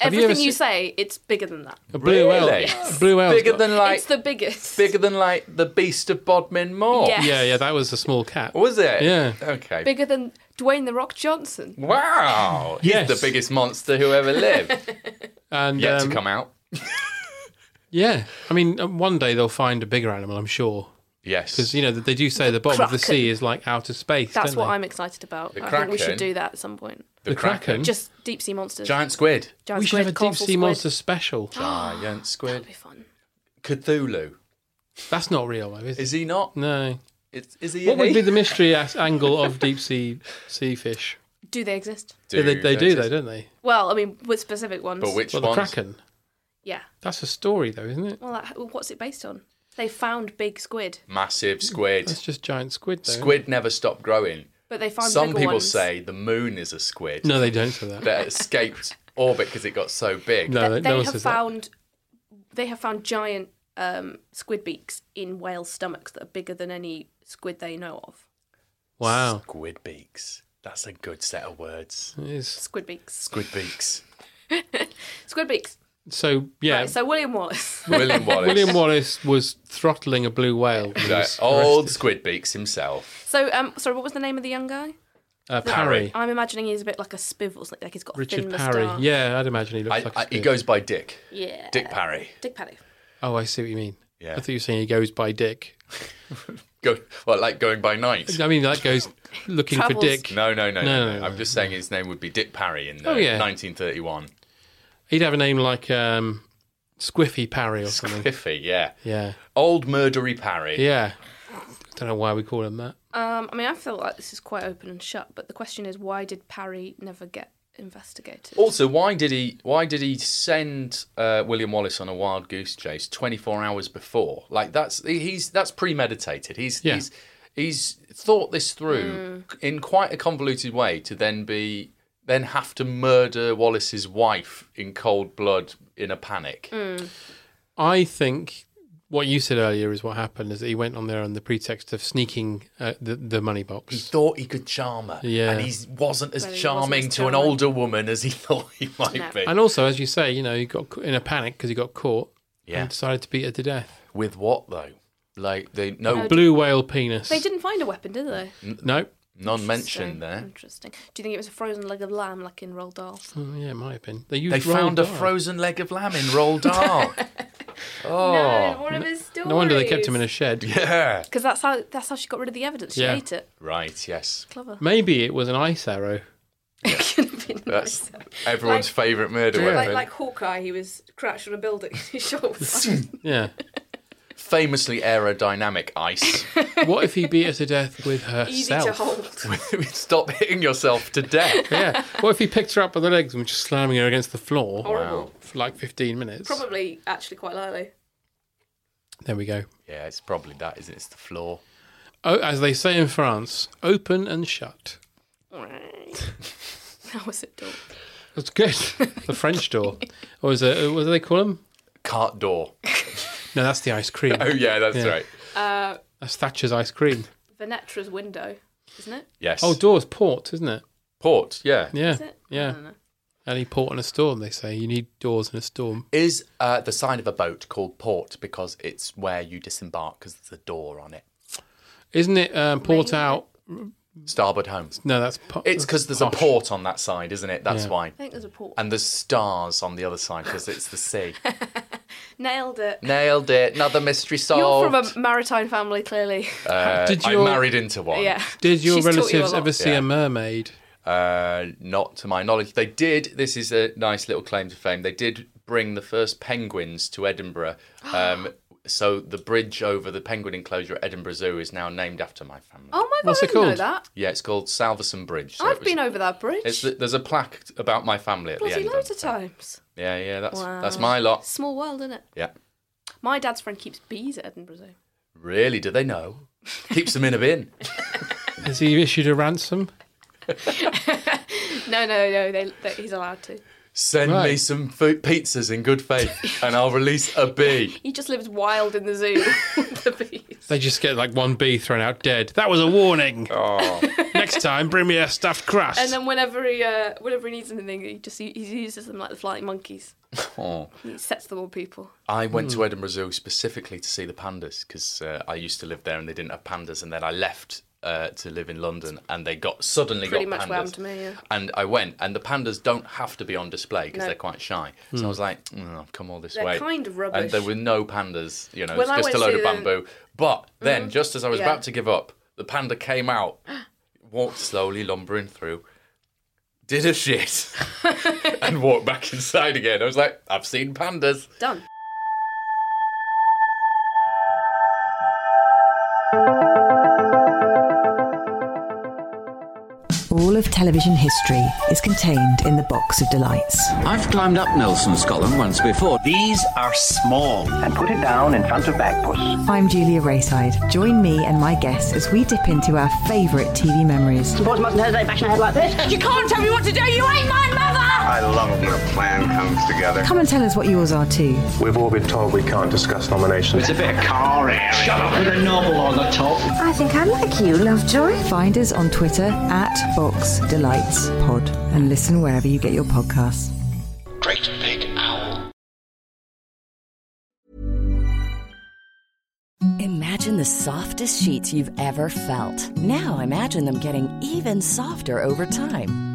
[SPEAKER 3] Have you
[SPEAKER 5] Everything
[SPEAKER 3] ever
[SPEAKER 5] you,
[SPEAKER 3] seen-
[SPEAKER 5] say, it's bigger than that.
[SPEAKER 3] A blue whale.
[SPEAKER 4] Really?
[SPEAKER 3] a Blue whale.
[SPEAKER 4] Bigger than like
[SPEAKER 5] it's the biggest.
[SPEAKER 4] bigger than like the beast of Bodmin Moor.
[SPEAKER 5] Yeah.
[SPEAKER 3] Yeah, yeah, that was a small cat.
[SPEAKER 4] Was it?
[SPEAKER 3] Yeah.
[SPEAKER 4] Okay.
[SPEAKER 5] bigger than Dwayne the Rock Johnson.
[SPEAKER 4] Wow.
[SPEAKER 3] Yes.
[SPEAKER 4] He's the biggest monster who ever lived.
[SPEAKER 5] [LAUGHS]
[SPEAKER 3] And
[SPEAKER 4] Yet
[SPEAKER 3] um,
[SPEAKER 4] to come out.
[SPEAKER 3] Yeah, I mean, um, one day they'll find a bigger animal, I'm sure,
[SPEAKER 4] Yes.
[SPEAKER 3] because you know that they do say the bottom of the
[SPEAKER 5] Kraken.
[SPEAKER 3] sea is like outer space.
[SPEAKER 5] That's
[SPEAKER 3] don't
[SPEAKER 5] what
[SPEAKER 3] they?
[SPEAKER 5] I'm excited about.
[SPEAKER 4] The
[SPEAKER 5] I think we
[SPEAKER 4] Kraken.
[SPEAKER 5] should do that at some point.
[SPEAKER 4] the,
[SPEAKER 3] the Kraken.
[SPEAKER 5] Just deep sea monsters. [GASPS]
[SPEAKER 4] Giant squid.
[SPEAKER 5] Giant
[SPEAKER 3] we should
[SPEAKER 5] squid,
[SPEAKER 3] have a deep
[SPEAKER 5] colossal
[SPEAKER 3] sea
[SPEAKER 5] squid.
[SPEAKER 3] monster special.
[SPEAKER 4] Giant squid.
[SPEAKER 5] That'd be fun.
[SPEAKER 4] Cthulhu.
[SPEAKER 3] That's not real, though, is it?
[SPEAKER 4] Is he not?
[SPEAKER 3] No.
[SPEAKER 4] Is, is he?
[SPEAKER 3] What would
[SPEAKER 4] he?
[SPEAKER 3] be the mystery as- angle of deep sea sea
[SPEAKER 4] [LAUGHS]
[SPEAKER 3] fish?
[SPEAKER 5] Do they exist?
[SPEAKER 3] Yeah, they, they do, though,
[SPEAKER 4] exist.
[SPEAKER 3] don't they?
[SPEAKER 5] Well, I mean, with specific ones.
[SPEAKER 4] But which
[SPEAKER 3] Well, the
[SPEAKER 4] ones?
[SPEAKER 3] kraken.
[SPEAKER 5] Yeah.
[SPEAKER 3] That's a story, though, isn't it?
[SPEAKER 5] Well, that, what's it based on? They found big squid,
[SPEAKER 4] Massive squid.
[SPEAKER 3] That's just giant squid. Though.
[SPEAKER 4] Squid never stop growing.
[SPEAKER 5] but they found
[SPEAKER 4] Some
[SPEAKER 5] bigger
[SPEAKER 4] people
[SPEAKER 5] ones.
[SPEAKER 4] say the moon is a squid
[SPEAKER 3] No, they don't say that.
[SPEAKER 4] that escaped orbit because it got so big.
[SPEAKER 3] No,
[SPEAKER 5] that
[SPEAKER 3] uh, no
[SPEAKER 5] they
[SPEAKER 3] one
[SPEAKER 5] have
[SPEAKER 3] says
[SPEAKER 5] found they have found giant um, squid beaks in whale stomachs that are bigger than any squid they know of.
[SPEAKER 3] that. Wow.
[SPEAKER 4] Squid beaks. That's a good set of words.
[SPEAKER 3] It is.
[SPEAKER 5] Squid beaks.
[SPEAKER 4] Squid beaks.
[SPEAKER 5] Squid beaks.
[SPEAKER 3] So yeah,
[SPEAKER 5] Right, so William Wallace. [LAUGHS]
[SPEAKER 4] William Wallace.
[SPEAKER 3] William
[SPEAKER 4] [LAUGHS]
[SPEAKER 3] Wallace was throttling a blue whale. when he
[SPEAKER 4] The
[SPEAKER 3] was
[SPEAKER 4] old
[SPEAKER 3] arrested.
[SPEAKER 4] squid beaks himself.
[SPEAKER 5] so um, sorry, what was the name of the young guy?
[SPEAKER 3] Uh, Parry.
[SPEAKER 5] I'm imagining he's a bit like a Spivels, like, like he's got a
[SPEAKER 3] Richard
[SPEAKER 5] thin
[SPEAKER 3] Parry.
[SPEAKER 5] moustache.
[SPEAKER 3] Yeah, I'd imagine he looks
[SPEAKER 4] I,
[SPEAKER 3] like. a
[SPEAKER 4] I, he
[SPEAKER 3] Spivey.
[SPEAKER 4] goes by Dick.
[SPEAKER 5] yeah.
[SPEAKER 4] Dick Parry.
[SPEAKER 5] Dick Parry.
[SPEAKER 3] Oh, I see what you mean.
[SPEAKER 4] Yeah.
[SPEAKER 3] I thought you were saying he goes by Dick.
[SPEAKER 4] Go well, like going by night.
[SPEAKER 3] I mean, that
[SPEAKER 4] [LAUGHS]
[SPEAKER 3] goes looking for
[SPEAKER 5] Travels.
[SPEAKER 3] Dick.
[SPEAKER 4] No, no, no, no.
[SPEAKER 3] No,
[SPEAKER 4] no,
[SPEAKER 3] no, no,
[SPEAKER 4] I'm just saying his name would be Dick Parry in uh,
[SPEAKER 3] Oh, yeah.
[SPEAKER 4] 1931.
[SPEAKER 3] He'd have a name like um, Squiffy Parry or something.
[SPEAKER 4] Piffy, yeah.
[SPEAKER 3] Yeah.
[SPEAKER 4] Old murdery Parry.
[SPEAKER 3] Yeah. Don't know why we call him that.
[SPEAKER 5] Um, I mean, I feel like this is quite open and shut, but the question is, why did Parry never get investigated?
[SPEAKER 3] Oh.
[SPEAKER 4] Also, why did he why did he send uh, William Wallace on a wild goose chase 24 hours before? Like that's he's that's premeditated. He's
[SPEAKER 3] Yeah.
[SPEAKER 4] he's he's thought this through
[SPEAKER 5] Hmm.
[SPEAKER 4] in quite a convoluted way to then be then have to murder Wallace's wife in cold blood in a panic.
[SPEAKER 5] Hmm.
[SPEAKER 3] I think what you said earlier is what happened is that he went on there on the pretext of sneaking uh, the, the money
[SPEAKER 4] He
[SPEAKER 3] box.
[SPEAKER 4] thought he could charm her,
[SPEAKER 3] Yeah.
[SPEAKER 4] and he wasn't as
[SPEAKER 5] But he wasn't as
[SPEAKER 4] charming to an
[SPEAKER 5] charming.
[SPEAKER 4] older woman as he [LAUGHS] thought he might
[SPEAKER 5] No.
[SPEAKER 4] be.
[SPEAKER 3] And also, as you say, you know, he got c- in a panic because he got caught
[SPEAKER 4] Yeah,
[SPEAKER 3] and decided to beat her to death.
[SPEAKER 4] with what though? Like they no
[SPEAKER 5] No,
[SPEAKER 3] Blue whale penis.
[SPEAKER 5] They didn't find a weapon, did they?
[SPEAKER 3] No.
[SPEAKER 4] non mention
[SPEAKER 5] So,
[SPEAKER 4] there.
[SPEAKER 5] Interesting. Do you think it was a frozen leg of lamb, like in Roald Dahl?
[SPEAKER 3] Oh, yeah, it might have been. They, used
[SPEAKER 4] They found a
[SPEAKER 3] Roald Dahl.
[SPEAKER 4] frozen leg of lamb in Roald Dahl. oh,
[SPEAKER 5] No, one of his stories.
[SPEAKER 3] No wonder they kept him in a shed.
[SPEAKER 4] yeah.
[SPEAKER 5] Because that's how that's how she got rid of the evidence. She
[SPEAKER 3] Yeah.
[SPEAKER 5] ate it.
[SPEAKER 4] Right,
[SPEAKER 5] [LAUGHS]
[SPEAKER 4] yes.
[SPEAKER 3] [LAUGHS]
[SPEAKER 5] Clever.
[SPEAKER 3] Maybe it was an ice arrow.
[SPEAKER 5] [LAUGHS] Could have been
[SPEAKER 4] That's
[SPEAKER 5] nice.
[SPEAKER 4] everyone's favourite murder
[SPEAKER 5] Like,
[SPEAKER 4] weapon.
[SPEAKER 5] like Hawkeye, he was crouched on a building. [LAUGHS]
[SPEAKER 3] [LAUGHS]
[SPEAKER 5] He shot. with-
[SPEAKER 3] Yeah.
[SPEAKER 4] Famously aerodynamic ice. [LAUGHS]
[SPEAKER 3] what if he beat her to death with
[SPEAKER 5] [LAUGHS] Easy to
[SPEAKER 3] herself? [LAUGHS]
[SPEAKER 5] hold.
[SPEAKER 4] Stop hitting yourself to death.
[SPEAKER 3] yeah. What if he picked her up by the legs and was just slamming her against the floor
[SPEAKER 5] Horrible.
[SPEAKER 3] for like 15 minutes?
[SPEAKER 5] Probably actually quite likely.
[SPEAKER 3] There we go.
[SPEAKER 4] Yeah, it's probably that, isn't it? It's the floor.
[SPEAKER 3] Oh, as they say in France, open and shut.
[SPEAKER 5] [LAUGHS] How was it done?
[SPEAKER 3] That's good. [LAUGHS] the French
[SPEAKER 5] [LAUGHS]
[SPEAKER 3] door. Or is it, uh, what do they call them?
[SPEAKER 4] Cart door.
[SPEAKER 3] No, that's the ice cream.
[SPEAKER 4] Oh, yeah, that's
[SPEAKER 3] Yeah.
[SPEAKER 4] right.
[SPEAKER 5] Uh,
[SPEAKER 3] That's Thatcher's ice cream.
[SPEAKER 5] Venetra's window, isn't it?
[SPEAKER 4] Yes.
[SPEAKER 3] Oh, door's port, isn't it?
[SPEAKER 4] Port, yeah.
[SPEAKER 3] Yeah.
[SPEAKER 5] Is it? Oh. I
[SPEAKER 3] Yeah.
[SPEAKER 5] don't know.
[SPEAKER 3] Any port in a storm, they say. You need doors in a storm.
[SPEAKER 4] Is uh, the side of a boat called port because it's where you disembark because there's a door on it.
[SPEAKER 3] Isn't it um, port
[SPEAKER 5] Maybe.
[SPEAKER 3] out?
[SPEAKER 4] Starboard home.
[SPEAKER 3] No, that's po-
[SPEAKER 4] It's because there's a
[SPEAKER 3] posh.
[SPEAKER 4] port on that side, isn't it? That's
[SPEAKER 3] Yeah.
[SPEAKER 4] why.
[SPEAKER 5] I think there's a port.
[SPEAKER 4] And there's stars on the other side because it's the sea. [LAUGHS]
[SPEAKER 5] Nailed it.
[SPEAKER 4] Nailed it. Another mystery
[SPEAKER 5] You're
[SPEAKER 4] solved.
[SPEAKER 5] from a maritime family, clearly.
[SPEAKER 4] Uh,
[SPEAKER 3] Did
[SPEAKER 4] I
[SPEAKER 3] your-
[SPEAKER 4] married into one.
[SPEAKER 5] yeah.
[SPEAKER 3] Did your
[SPEAKER 5] She's taught you a
[SPEAKER 3] relatives
[SPEAKER 5] lot.
[SPEAKER 3] ever see
[SPEAKER 4] Yeah.
[SPEAKER 3] a mermaid?
[SPEAKER 4] Uh, not to my knowledge. They did. This is a nice little claim to fame. They did bring the first penguins
[SPEAKER 5] [GASPS]
[SPEAKER 4] to Edinburgh. Um, so the bridge over the penguin enclosure at Edinburgh Zoo is now named after my family.
[SPEAKER 5] Oh my god,
[SPEAKER 3] What's
[SPEAKER 5] I
[SPEAKER 3] it
[SPEAKER 5] didn't know
[SPEAKER 3] called?
[SPEAKER 5] that.
[SPEAKER 4] Yeah, it's called Salverson Bridge. So
[SPEAKER 5] I've
[SPEAKER 4] it was-
[SPEAKER 5] been over that bridge.
[SPEAKER 4] It's the, there's a plaque about my family at the
[SPEAKER 5] bloody
[SPEAKER 4] end.
[SPEAKER 5] loads
[SPEAKER 4] of
[SPEAKER 5] of
[SPEAKER 4] it.
[SPEAKER 5] times.
[SPEAKER 4] Yeah, yeah, that's
[SPEAKER 5] Wow.
[SPEAKER 4] that's my lot.
[SPEAKER 5] Small world, isn't it?
[SPEAKER 4] Yeah,
[SPEAKER 5] My dad's friend keeps bees at Edinburgh Zoo.
[SPEAKER 4] really? Do they know? Keeps them in
[SPEAKER 5] [LAUGHS]
[SPEAKER 4] a bin.
[SPEAKER 3] Has he issued a ransom?
[SPEAKER 5] No, no, no. They, they, he's allowed to.
[SPEAKER 4] Send me
[SPEAKER 3] Right.
[SPEAKER 4] some food, pizzas in good faith, and I'll release a bee.
[SPEAKER 5] He just lives wild in the zoo [LAUGHS] with the bees.
[SPEAKER 3] They just get like one bee thrown out dead. That was a warning.
[SPEAKER 4] Oh.
[SPEAKER 3] [LAUGHS] Next time, bring me a stuffed crust.
[SPEAKER 5] And then whenever he, uh, whenever he needs anything, he just he, he uses them like the flying monkeys.
[SPEAKER 4] Oh.
[SPEAKER 5] He sets them on people.
[SPEAKER 4] I went
[SPEAKER 5] Hmm.
[SPEAKER 4] to Edinburgh Zoo specifically to see the pandas because uh, I used to live there and they didn't have pandas, and then I left uh, to live in London and they got suddenly
[SPEAKER 5] Pretty
[SPEAKER 4] got
[SPEAKER 5] much
[SPEAKER 4] pandas.
[SPEAKER 5] what happened to me, yeah.
[SPEAKER 4] And I went, and the pandas don't have to be on display because
[SPEAKER 5] No. Hmm.
[SPEAKER 4] they're quite shy. So I was like, mm, I've come all this
[SPEAKER 5] They're
[SPEAKER 4] way.
[SPEAKER 5] kind of
[SPEAKER 4] And
[SPEAKER 5] rubbish.
[SPEAKER 4] there were no pandas, you know,
[SPEAKER 5] When I
[SPEAKER 4] it's just a
[SPEAKER 5] went
[SPEAKER 4] load
[SPEAKER 5] to
[SPEAKER 4] of
[SPEAKER 5] the- Mm-hmm.
[SPEAKER 4] bamboo. But then, just as I was
[SPEAKER 5] yeah.
[SPEAKER 4] about to give up, the panda
[SPEAKER 5] [GASPS]
[SPEAKER 4] came out, walked slowly, lumbering through. Did
[SPEAKER 5] [LAUGHS]
[SPEAKER 4] a shit and walked back inside again. I was like, I've seen pandas.
[SPEAKER 5] Done.
[SPEAKER 6] All of television history is contained in the Box of Delights.
[SPEAKER 7] I've climbed up Nelson's column once before. These are small.
[SPEAKER 8] and put it down in front of Bagpuss.
[SPEAKER 6] I'm Julia Rayside. Join me and my guests as we dip into our favourite TV memories.
[SPEAKER 8] Boys must know they bash my head like this.
[SPEAKER 9] You can't tell me what to do. You ain't my mother.
[SPEAKER 10] I love it when a plan comes together.
[SPEAKER 6] Come and tell us what yours are too.
[SPEAKER 10] We've all been told we can't discuss nominations.
[SPEAKER 8] It's a bit of car area. Shut up with a novel on the top.
[SPEAKER 9] I think I'm like you, Lovejoy.
[SPEAKER 6] Find us on Twitter at Box Delights Pod and listen wherever you get your podcasts.
[SPEAKER 2] Great Big Owl.
[SPEAKER 11] Imagine the softest sheets you've ever felt. Now imagine them getting even softer over time.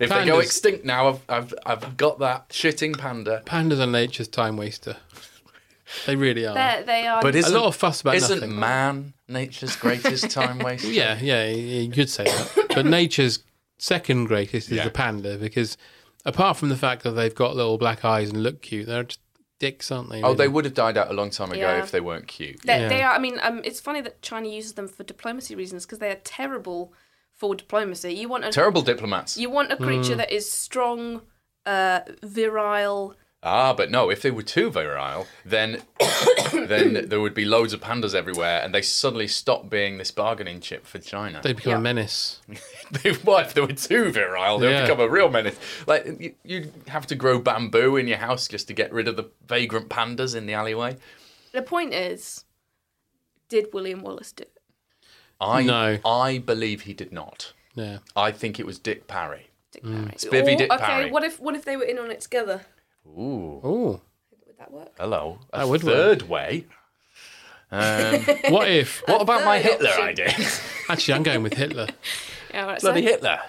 [SPEAKER 4] If they go
[SPEAKER 3] Pandas.
[SPEAKER 4] extinct now, I've, I've, I've got that shitting panda.
[SPEAKER 3] Pandas are nature's time waster. They really are.
[SPEAKER 5] They're- they are- But
[SPEAKER 3] a
[SPEAKER 5] isn't-
[SPEAKER 3] lot of fuss about
[SPEAKER 4] isn't
[SPEAKER 3] nothing.
[SPEAKER 4] man
[SPEAKER 3] [LAUGHS]
[SPEAKER 4] nature's greatest time waster?
[SPEAKER 3] Yeah, yeah, you could say that. But nature's second greatest is the panda because apart from the fact that they've got little black eyes and look cute, they're just dicks, aren't they?
[SPEAKER 4] Oh, they
[SPEAKER 3] really?
[SPEAKER 4] would have died out a long time ago
[SPEAKER 5] Yeah.
[SPEAKER 4] if they weren't cute.
[SPEAKER 5] They, they are. I mean, um, it's funny that China uses them for diplomacy reasons because they are terrible for diplomacy. You want a
[SPEAKER 4] Terrible diplomats.
[SPEAKER 5] You want a creature
[SPEAKER 4] Mm.
[SPEAKER 5] that is strong, uh, virile.
[SPEAKER 4] Ah, but no, if they were too virile, then [COUGHS] then there would be loads of pandas everywhere, and they suddenly stop being this bargaining chip for China.
[SPEAKER 3] They become a menace.
[SPEAKER 4] [LAUGHS] they, what if they were too virile? They
[SPEAKER 3] Yeah.
[SPEAKER 4] would become a real menace. Like you, you have to grow bamboo in your house just to get rid of the vagrant pandas in the alleyway.
[SPEAKER 5] The point is, did William Wallace do it?
[SPEAKER 4] I
[SPEAKER 3] No.
[SPEAKER 4] I believe he did not.
[SPEAKER 3] Yeah.
[SPEAKER 4] I think it was Dick Parry.
[SPEAKER 5] Dick
[SPEAKER 4] Parry. Spivvy
[SPEAKER 5] Or-
[SPEAKER 4] Dick
[SPEAKER 5] okay,
[SPEAKER 4] Parry.
[SPEAKER 5] what if what if they were in on it together?
[SPEAKER 4] Ooh.
[SPEAKER 3] Ooh.
[SPEAKER 5] Would that work?
[SPEAKER 4] Hello. A
[SPEAKER 3] That would work.
[SPEAKER 4] third way. Um,
[SPEAKER 3] What if?
[SPEAKER 4] What about my Hitler idea?
[SPEAKER 3] [LAUGHS] Actually, I'm going with Hitler.
[SPEAKER 5] Yeah, right,
[SPEAKER 4] Bloody Hitler.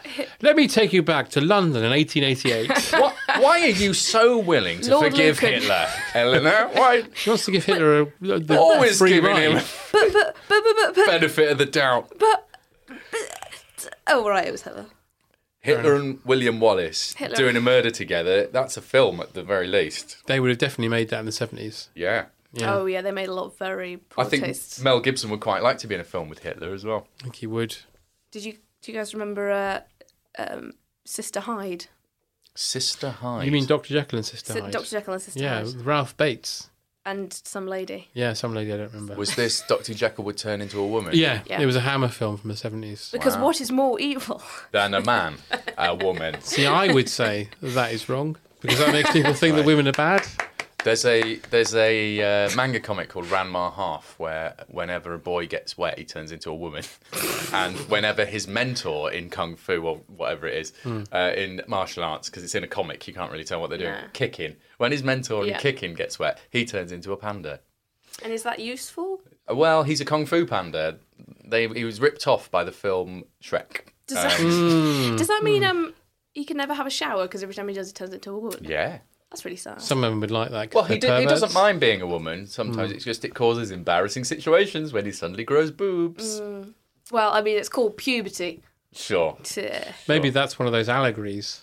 [SPEAKER 3] Let me take you back to London in 1888.
[SPEAKER 4] what, why are you so willing to
[SPEAKER 3] Lord
[SPEAKER 4] forgive
[SPEAKER 3] Lucan.
[SPEAKER 4] Hitler, Eleanor? Why?
[SPEAKER 3] She wants to give Hitler a, the
[SPEAKER 4] Always
[SPEAKER 3] free
[SPEAKER 4] giving
[SPEAKER 3] ride.
[SPEAKER 4] [LAUGHS] him benefit of the doubt.
[SPEAKER 5] Oh right, it was Hitler.
[SPEAKER 4] Hitler and William Wallace
[SPEAKER 5] Hitler.
[SPEAKER 4] doing a murder together. That's a film at the very least.
[SPEAKER 3] They would have definitely made that in the 70s.
[SPEAKER 4] Yeah.
[SPEAKER 5] Oh yeah, they made a lot of very poor
[SPEAKER 4] I think
[SPEAKER 5] tastes.
[SPEAKER 4] Mel Gibson would quite like to be in a film with Hitler as well.
[SPEAKER 3] I think he would.
[SPEAKER 5] Did you do you guys remember uh, um, Sister Hyde?
[SPEAKER 4] Sister Hyde.
[SPEAKER 3] You mean Dr. Jekyll and Sister
[SPEAKER 5] Si-
[SPEAKER 3] Hyde?
[SPEAKER 5] Dr. Jekyll and Sister
[SPEAKER 3] yeah,
[SPEAKER 5] Hyde.
[SPEAKER 3] Ralph Bates.
[SPEAKER 5] and some lady.
[SPEAKER 3] Yeah, some lady I don't remember.
[SPEAKER 4] Was this Dr. Jekyll would turn into a woman?
[SPEAKER 3] Yeah,
[SPEAKER 5] Yeah.
[SPEAKER 3] it was a Hammer film from the 70s.
[SPEAKER 5] Because what is
[SPEAKER 1] [LAUGHS]
[SPEAKER 5] more evil?
[SPEAKER 4] Than a man, a woman.
[SPEAKER 3] See, I would say that is wrong because that makes people think that women are bad.
[SPEAKER 4] There's a there's a uh, manga comic called Ranma Half where whenever a boy gets wet, he turns into a woman, [LAUGHS] and whenever his mentor in kung fu or whatever it is
[SPEAKER 3] Hmm.
[SPEAKER 4] uh, in martial arts, because it's in a comic, you can't really tell what they're doing.
[SPEAKER 5] Nah.
[SPEAKER 4] Kicking. When his mentor
[SPEAKER 5] Yeah.
[SPEAKER 4] in kicking gets wet, he turns into a panda.
[SPEAKER 5] And is that useful?
[SPEAKER 4] Uh, Well, he's a kung fu panda. They he was ripped off by the film Shrek.
[SPEAKER 5] Does
[SPEAKER 4] [LAUGHS]
[SPEAKER 1] [LAUGHS]
[SPEAKER 5] that,
[SPEAKER 3] Hmm.
[SPEAKER 4] Um,
[SPEAKER 5] does that mean um he can never have a shower because every time he does, he turns into a woman?
[SPEAKER 4] Yeah.
[SPEAKER 5] That's really sad.
[SPEAKER 3] Some of them would like that. 'cause
[SPEAKER 4] Well, he,
[SPEAKER 3] they're
[SPEAKER 4] did, he
[SPEAKER 3] perverts.
[SPEAKER 4] doesn't mind being a woman. Sometimes
[SPEAKER 3] Hmm.
[SPEAKER 4] it's just it causes embarrassing situations when he suddenly grows boobs.
[SPEAKER 5] Mm. Well, I mean, it's called puberty.
[SPEAKER 4] Sure.
[SPEAKER 5] Yeah,
[SPEAKER 3] Maybe that's one of those allegories.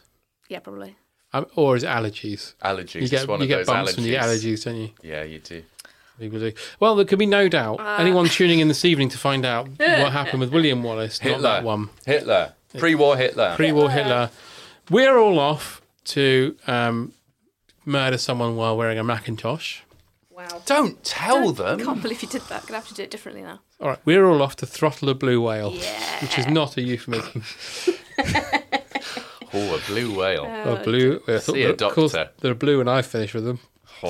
[SPEAKER 5] Yeah, probably.
[SPEAKER 3] Um, or is it allergies?
[SPEAKER 4] Allergies.
[SPEAKER 3] You get,
[SPEAKER 4] it's one
[SPEAKER 3] you
[SPEAKER 4] of
[SPEAKER 3] get
[SPEAKER 4] those
[SPEAKER 3] bumps when you get
[SPEAKER 4] allergies.
[SPEAKER 3] allergies, don't you?
[SPEAKER 4] Yeah, you do.
[SPEAKER 3] People do. Well, there could be no doubt.
[SPEAKER 4] Ah.
[SPEAKER 3] Anyone tuning in this evening to find out
[SPEAKER 4] [LAUGHS]
[SPEAKER 3] what happened with William Wallace, not
[SPEAKER 4] Hitler.
[SPEAKER 3] that one.
[SPEAKER 4] Hitler. Pre-war Hitler.
[SPEAKER 3] Pre-war Hitler. We're all off to um, murder someone while wearing a Macintosh.
[SPEAKER 5] Wow.
[SPEAKER 4] Don't tell
[SPEAKER 5] I
[SPEAKER 3] them.
[SPEAKER 5] can't believe you did that. Gonna have to do it differently now.
[SPEAKER 3] All right, we're [LAUGHS] all off to throttle a blue whale, which is not a euphemism.
[SPEAKER 4] Oh, a blue whale.
[SPEAKER 3] Oh, blue. I thought
[SPEAKER 4] See a
[SPEAKER 3] they're- of course
[SPEAKER 4] doctor. Oh.
[SPEAKER 3] They're blue, and I finish with them. [LAUGHS]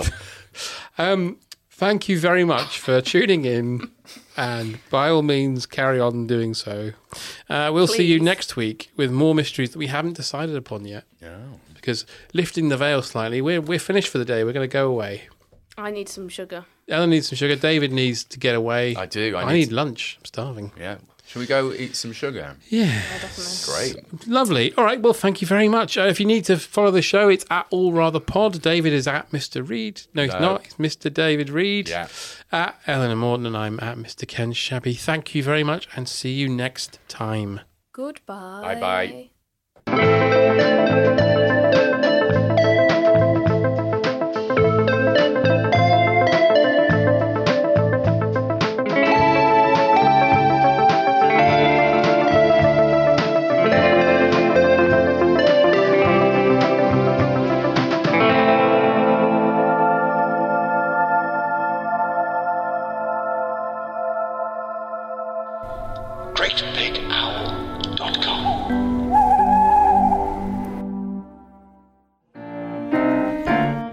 [SPEAKER 3] um, thank you very much for tuning in, and by all means, carry on doing so. Uh, we'll see you
[SPEAKER 4] Please.
[SPEAKER 3] next week with more mysteries that we haven't decided upon yet.
[SPEAKER 4] Oh.
[SPEAKER 3] Because lifting the veil slightly, we're we're finished for the day. We're going to go away.
[SPEAKER 12] I need some sugar.
[SPEAKER 3] Ellen needs some sugar. David needs to get away. I
[SPEAKER 4] do. I
[SPEAKER 3] I,
[SPEAKER 4] need
[SPEAKER 3] need
[SPEAKER 4] to-
[SPEAKER 3] lunch. I'm starving.
[SPEAKER 4] Yeah. Should we go eat some sugar?
[SPEAKER 3] Yeah.
[SPEAKER 4] Great.
[SPEAKER 3] Lovely. All right. Well, thank you very much. Uh, if you need to follow the show, it's at All Rather Pod. David is at Mr. Reed. No, he's
[SPEAKER 4] No.
[SPEAKER 3] not. It's Mr. David Reed. Yeah. At Eleanor Morton, and I'm at Mr. Ken Shabby. Thank you very much, and see you next time.
[SPEAKER 12] Goodbye.
[SPEAKER 3] Bye bye.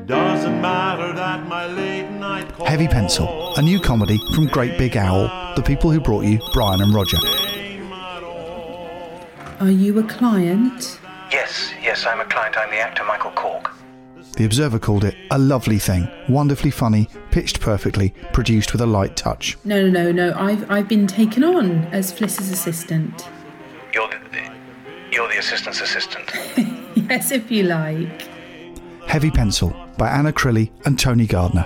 [SPEAKER 13] Doesn't matter that my late night call
[SPEAKER 14] Heavy Pencil, a new comedy from Great Big Owl, the people who brought you Brian and Roger.
[SPEAKER 1] Are you a client?
[SPEAKER 2] Yes, yes, I'm a client. I'm the actor Michael Cork.
[SPEAKER 14] The Observer called it a lovely thing, wonderfully funny, pitched perfectly, produced with a light touch.
[SPEAKER 1] No, no, no, no. I've I've been taken on as Fliss's assistant. [LAUGHS]
[SPEAKER 2] You're the, the you're the assistant's assistant.
[SPEAKER 1] yes, if you like.
[SPEAKER 14] Heavy Pencil by Anna Crilly and Tony Gardner.